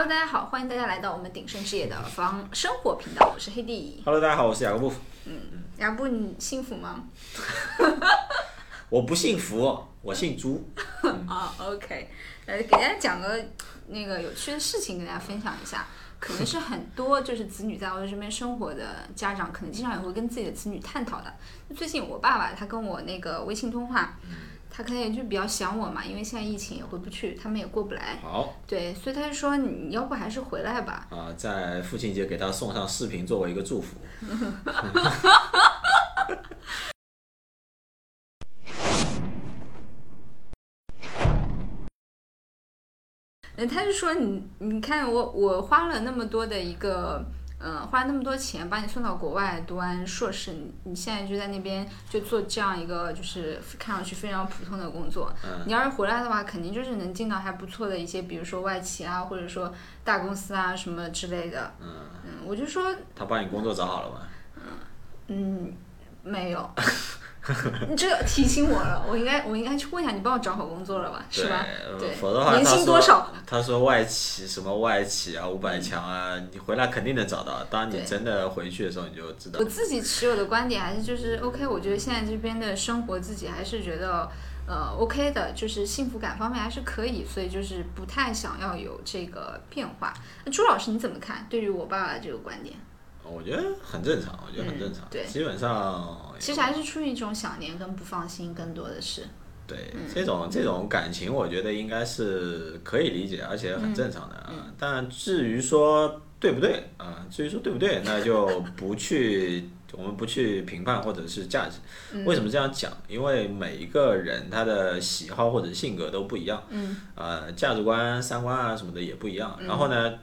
Hello，大家好，欢迎大家来到我们鼎盛之夜的房生活频道，我是黑弟。 Hello，大家好，我是雅各布。然不，你幸福吗？我不姓福，我姓朱。啊、o k 呃，给大家讲个那个有趣的事情，跟大家分享一下。可能是很多就是子女在澳洲这边生活的家长，可能经常也会跟自己的子女探讨的。最近我爸爸他跟我那个微信通话，他可能也就比较想我嘛，因为现在疫情也回不去，他们也过不来，好对，所以他就说你要不还是回来吧。啊、在父亲节给他送上视频作为一个祝福。呃，他就说你，你看我，我花了那么多的一个，呃，花了那么多钱把你送到国外读完硕士，你你现在就在那边就做这样一个就是看上去非常普通的工作。你要是回来的话，肯定就是能进到还不错的一些，比如说外企啊，或者说大公司啊什么之类的。嗯，嗯，我就说，他帮你工作找好了吗？嗯，没有。 你这个提醒我了，我应该我应该去问一下你帮我找好工作了吧，是吧？对呃对否则的话，年薪多少？他说外企什么外企啊，五百强啊，你回来肯定能找到。当你对真的回去的时候，你就知道我。自己持有的观点还是就是 OK，我觉得现在这边的生活自己还是觉得呃 OK 的，就是幸福感方面还是可以，所以就是不太想要有这个变化。那朱老师你怎么看？对于我爸爸这个观点，哎哦我觉得很正常，我觉得很正常。嗯对基本上其实还是出于一种想念跟不放心，更多的是对，这种这种感情，我觉得应该是可以理解，而且很正常的啊。但至于说对不对啊，至于说对不对，那就不去，我们不去评判或者是价值。嗯为什么这样讲？因为每一个人他的喜好或者性格都不一样，嗯，呃，价值观、三观啊什么的也不一样。然后呢，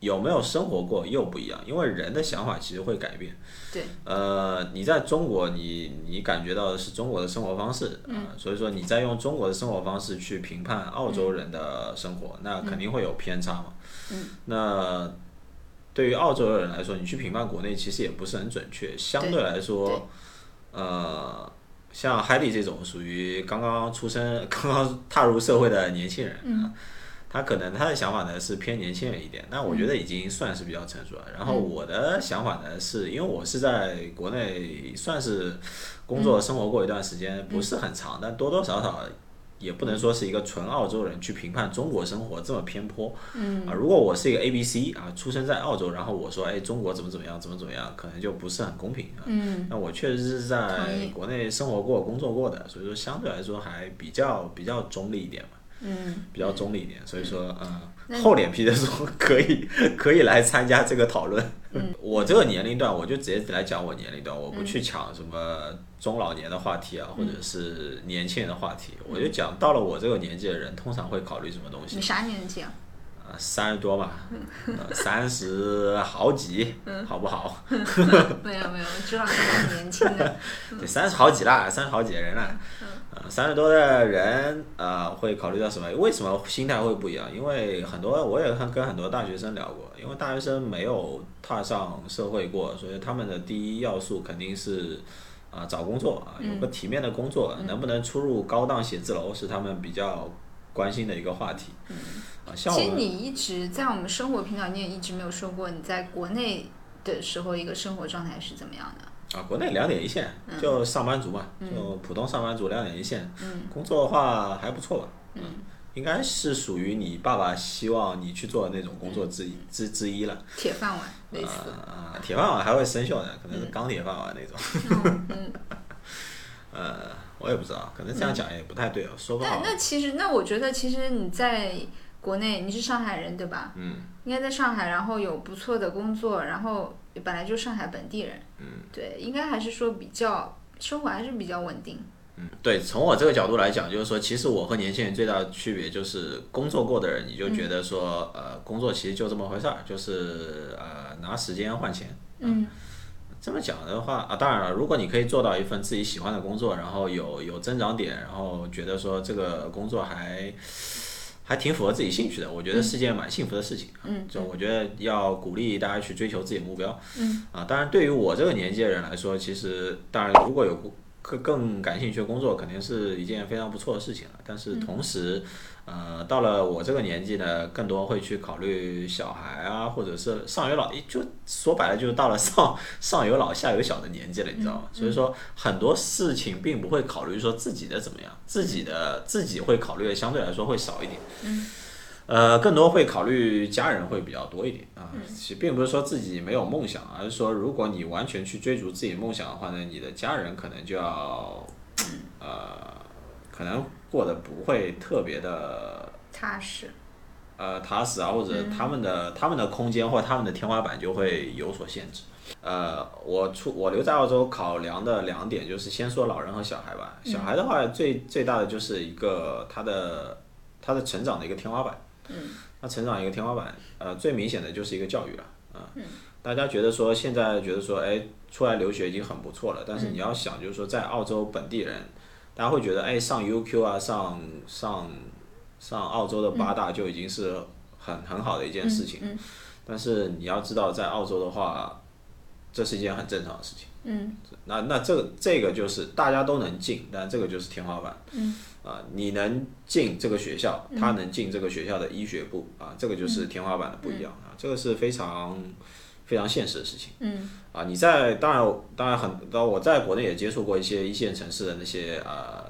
有没有生活过又不一样，因为人的想法其实会改变。对，呃，你在中国你，你感觉到的是中国的生活方式，啊、所以说你在用中国的生活方式去评判澳洲人的生活，那肯定会有偏差嘛。嗯、那对于澳洲人来说，你去评判国内其实也不是很准确，相对来对说，呃，像海里这种属于刚刚出生、刚刚踏入社会的年轻人，啊他可能他的想法呢是偏年轻人一点，那我觉得已经算是比较成熟了。然后我的想法呢，是因为我是在国内算是工作生活过一段时间，不是很长，但多多少少也不能说是一个纯澳洲人去评判中国生活这么偏颇。嗯啊，如果我是一个 A B C 啊，出生在澳洲，然后我说哎中国怎么怎么样怎么怎么样，可能就不是很公平啊。嗯，那我确实是在同意国内生活过、工作过的，所以说相对来说还比较比较中立一点嘛。嗯，比较中立一点，所以说，那嗯，厚脸皮的说可以 可以来参加这个讨论。我这个年龄段，我就直接来讲我年龄段，我不去抢什么中老年的话题啊，或者是年轻人的话题，我就讲到了我这个年纪的人，通常会考虑什么东西你？啥年纪啊？啊，三十多嘛，呃三十好几，好不好？没有没有，朱老师很年轻的，对，三十好几啦，三十好几的人啦，呃，三十多的人，呃，会考虑到什么？为什么心态会不一样？因为很多我也跟跟很多大学生聊过，因为大学生没有踏上社会过，所以他们的第一要素肯定是，啊、找工作啊，有个体面的工作，嗯能不能出入高档写字楼是他们比较关心的一个话题。啊， 像嗯我其实们你一直在我们生活频道，你也一直没有说过你在国内的时候一个生活状态是怎么样的。啊，国内两点一线，嗯就上班族嘛，就普通上班族两点一线。工作的话还不错吧。嗯，应该是属于你爸爸希望你去做的那种工作之一之之一了。铁饭碗嗯类似。嗯啊、铁饭碗还会生锈呢，可能是钢铁饭碗那种。 呃，我也不知道，可能这样讲也不太对哦，说不那好。那其实，那我觉得其实你在国内，你是上海人对吧？嗯，应该在上海，然后有不错的工作，然后本来就上海本地人，嗯，对，应该还是说比较生活还是比较稳定，嗯，对，从我这个角度来讲，就是说，其实我和年轻人最大的区别就是，工作过的人，你就觉得说，呃，工作其实就这么回事儿，就是呃，拿时间换钱。嗯，这么讲的话啊，当然了，如果你可以做到一份自己喜欢的工作，然后有有增长点，然后觉得说这个工作还还挺符合自己兴趣的，我觉得是件蛮幸福的事情。嗯，就我觉得要鼓励大家去追求自己的目标。嗯，啊，当然对于我这个年纪的人来说，其实当然如果嗯有更更感兴趣的工作，肯定是一件非常不错的事情了。但是同时，呃，到了我这个年纪呢，更多会去考虑小孩啊，或者是上有老，就说白了就是到了上上有老下有小的年纪了，你知道吗？所以说很多事情并不会考虑说自己的怎么样，自己的自己会考虑的相对来说会少一点。呃，更多会考虑家人会比较多一点啊。其实并不是说自己没有梦想，而是说如果你完全去追逐自己梦想的话呢，你的家人可能就要，呃，可能过得不会特别的踏实，呃踏实啊，或者他们的、他们的空间或他们的天花板就会有所限制。呃，我出我留在澳洲考量的两点就是，先说老人和小孩吧。小孩的话最，最大的就是一个他的他的成长的一个天花板。嗯。他成长一个天花板，呃，最明显的就是一个教育了啊。大家觉得说现在觉得说，哎，出来留学已经很不错了，但是你要想就是说，在澳洲本地人，大家会觉得，哎，上 UQ 啊，上上上澳洲的八大就已经是很很好的一嗯件事情。但是你要知道，在澳洲的话，这是一件很正常的事情。嗯，那那这个这个就是大家都能进，但这个就是天花板。嗯，啊，你能进这个学校，他能进这个学校的医学部啊，这个就是天花板的不一样啊，这个是非常非常现实的事情。嗯，啊，你在当然当然很，当然我在国内也接触过一些一线城市的那些啊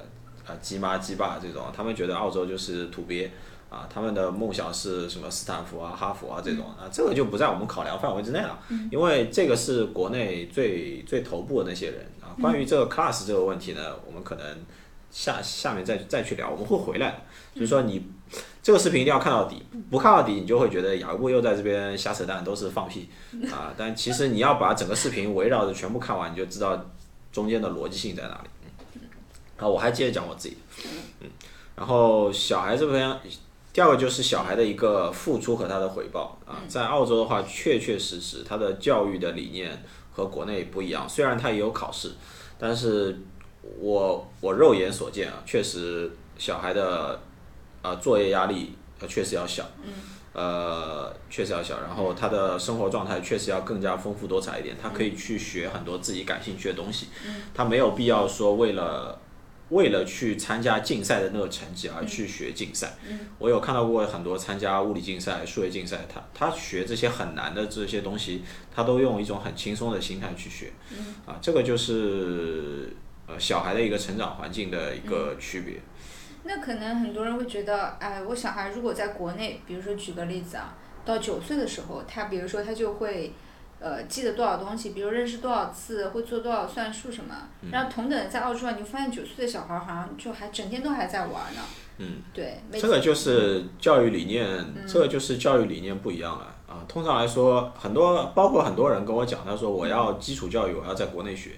啊鸡妈鸡爸这种，他们觉得澳洲就是土鳖。啊，他们的梦想是什么？斯坦福啊、哈佛啊这种啊，这个就不在我们考量范围之内了。因为这个是国内最最头部的那些人啊。关于这个 class 这个问题呢，我们可能下下面再再去聊，我们会回来的。就是说你这个视频一定要看到底，不看到底你就会觉得雅各布又在这边瞎扯淡，都是放屁 啊。但其实你要把整个视频围绕着全部看完，你就知道中间的逻辑性在哪里。啊，我还接着讲我自己，嗯，然后小孩这边第二个就是小孩的一个付出和他的回报啊，在澳洲的话，确确实实他的教育的理念和国内不一样，虽然他也有考试，但是我我肉眼所见啊，确实小孩的呃作业压力呃确实要小，呃确实要小，然后他的生活状态确实要更加丰富多彩一点，他可以去学很多自己感兴趣的东西，他没有必要说为了为了去参加竞赛的那个成绩而去学竞赛。我有看到过很多参加物理竞赛、数学竞赛，他他学这些很难的这些东西，他都用一种很轻松的心态去学。啊，这个就是呃小孩的一个成长环境的一个区别。那可能很多人会觉得，哎，我小孩如果在国内，比如说举个例子啊，到九岁的时候，他比如说他就会，呃，记得多少东西，比如认识多少字，会做多少算术什么。嗯然后同等在澳洲啊，你会发现九岁的小孩好像就还整天都还在玩呢。嗯，对，每这个就是教育理念，这个就是教育理念不一样了啊。通常来说，很多包括很多人跟我讲，他说我要基础教育，我要在国内学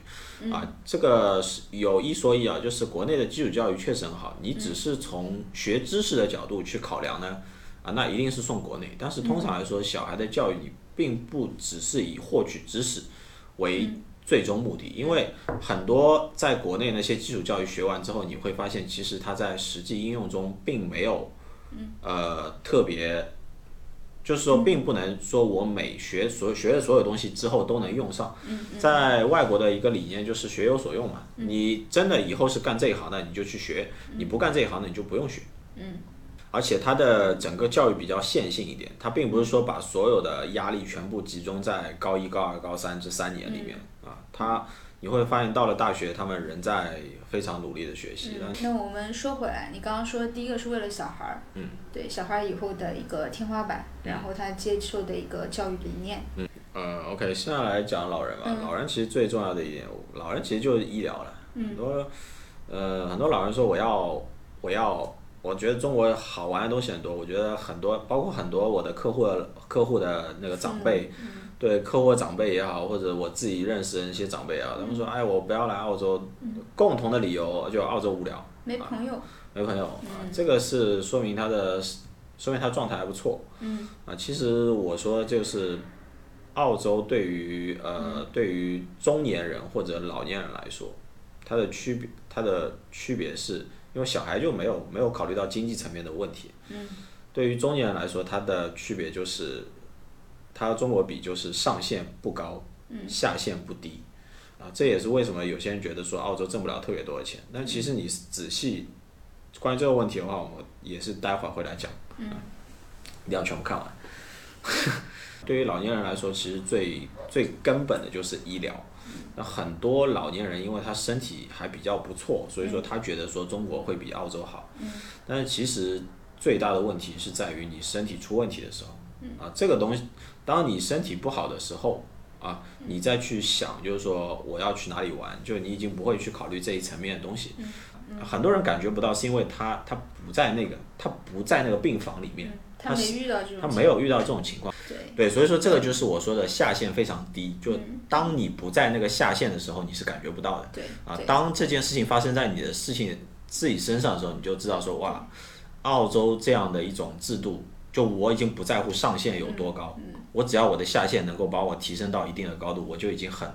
啊。这个是有一说一啊，就是国内的基础教育确实很好，你只是从学知识的角度去考量呢，啊，那一定是送国内。但是通常来说，小孩的教育你并不只是以获取知识为最终目的，因为很多在国内那些基础教育学完之后，你会发现其实它在实际应用中并没有，呃，特别，就是说并不能说我每学所学的所有东西之后都能用上。在外国的一个理念就是学有所用嘛，你真的以后是干这一行的，你就去学；你不干这一行的，你就不用学。而且它的整个教育比较线性一点，它并不是说把所有的压力全部集中在高一、高二、高三这三年里面、啊。它你会发现到了大学，他们仍在非常努力的学习。啊但嗯，那我们说回来，你刚刚说第一个是为了小孩儿，嗯，对，小孩儿以后的一个天花板，然后他接受的一个教育理念，呃，OK，现在来讲老人吧。老人其实最重要的一点，老人其实就是医疗了。很多呃，很多老人说我要我要，我觉得中国好玩的东西很多。我觉得很多，包括很多我的客户的客户的那个长辈，对客户的长辈也好，或者我自己认识的那些长辈啊，他们说，哎，我不要来澳洲，共同的理由就澳洲无聊。没朋友，没朋友啊，这个是说明他的，说明他状态还不错。嗯。啊，其实我说就是，澳洲对于呃对于中年人或者老年人来说，它的区别它的区别是因为小孩就没有没有考虑到经济层面的问题。嗯。对于中年人来说，它的区别就是，它和中国比就是上限不高，下限不低。啊，这也是为什么有些人觉得说澳洲挣不了特别多的钱，但其实你仔细关于这个问题的话，我们也是待会儿会来讲，嗯，一定要全部看完。 对于老年人来说，其实最最根本的就是医疗。那很多老年人因为他身体还比较不错，所以说他觉得说中国会比澳洲好。但是其实最大的问题是在于你身体出问题的时候。啊，这个东西，当你身体不好的时候啊，你再去想，就是说我要去哪里玩，就你已经不会去考虑这一层面的东西。很多人感觉不到，是因为他他不在那个他不在那个病房里面，他没遇到这种，他没有遇到这种情况。对，对，嗯所以说这个就是我说的下限非常低，就当你不在那个下限的时候，你是感觉不到的。对啊对，当这件事情发生在你的事情自己身上的时候，你就知道说哇，澳洲这样的一种制度，就我已经不在乎上限有多高，我只要我的下限能够把我提升到一定的高度，我就已经很。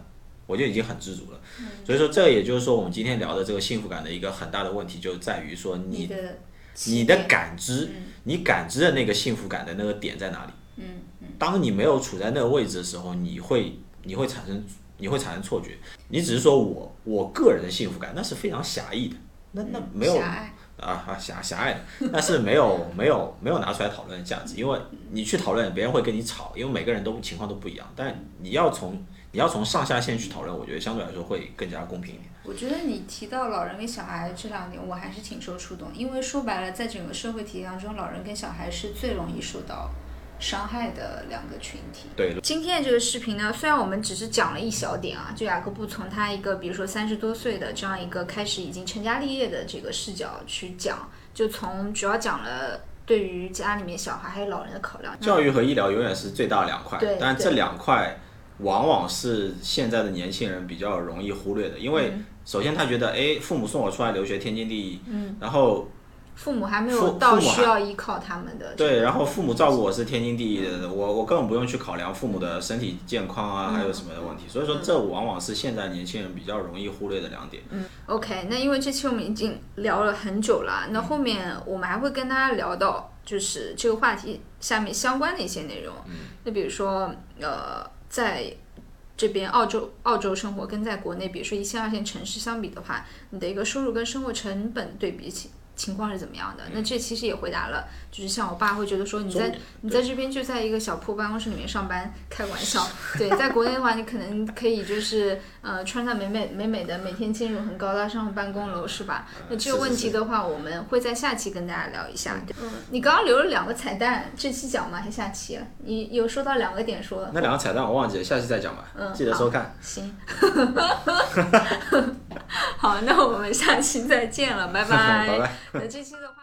我就已经很知足了，所以说这也就是说我们今天聊的这个幸福感的一个很大的问题，就在于说你你的你起的点感知，你感知的那个幸福感的那个点在哪里？嗯，当你没有处在那个位置的时候，你会你会产生你会产生错觉。你只是说我我个人的幸福感，那是非常狭义的，那那没有嗯狭隘啊啊狭狭隘的，但是 没有没有没有拿出来讨论的价值，因为你去讨论，别人会跟你吵，因为每个人都情况都不一样。但你要从你要从上下线去讨论，我觉得相对来说会更加公平一点。我觉得你提到老人跟小孩这两点，我还是挺受触动，因为说白了，在整个社会体系当中，老人跟小孩是最容易受到伤害的两个群体。对，今天的这个视频呢，虽然我们只是讲了一小点啊，就雅各布从他一个比如说三十多岁的这样一个开始已经成家立业的这个视角去讲，就从主要讲了对于家里面小孩还有老人的考量。教育和医疗永远是最大的两块对，但对这两块往往是现在的年轻人比较容易忽略的，因为嗯首先他觉得，哎，父母送我出来留学天经地义，嗯然后父母还没父有父到母需还要依靠他们的这个。对，然后父母照顾我是天经地义的，嗯我我根本不用去考量父母的身体健康啊，还有什么的问题，所以嗯说这往往是现在年轻人比较容易忽略的两点。 OK，那因为这期我们已经聊了很久了，那后面我们还会跟大家聊到就是这个话题下面相关的一些内容。嗯，那比如说呃，在这边澳洲澳洲生活跟在国内，比如说一线二线城市相比的话，你的一个收入跟生活成本对比情情况是怎么样的？那这其实也回答了，就是像我爸会觉得哦说你在你在这边就在一个小破办公室里面上班，开玩笑。对，在国内的话，你可能可以就是呃穿上美美美美的，每天进入很高大上的办公楼，是吧？那这个是是问题是的话，我们会在下期跟大家聊一下。嗯，你刚刚留了两个彩蛋，这期讲吗？还是下期？啊你有说到两个点说。那两个彩蛋我忘记了，下期再讲吧，嗯记得收看，行， 好，那我们下期再见了，拜拜。拜拜。 那这期的话。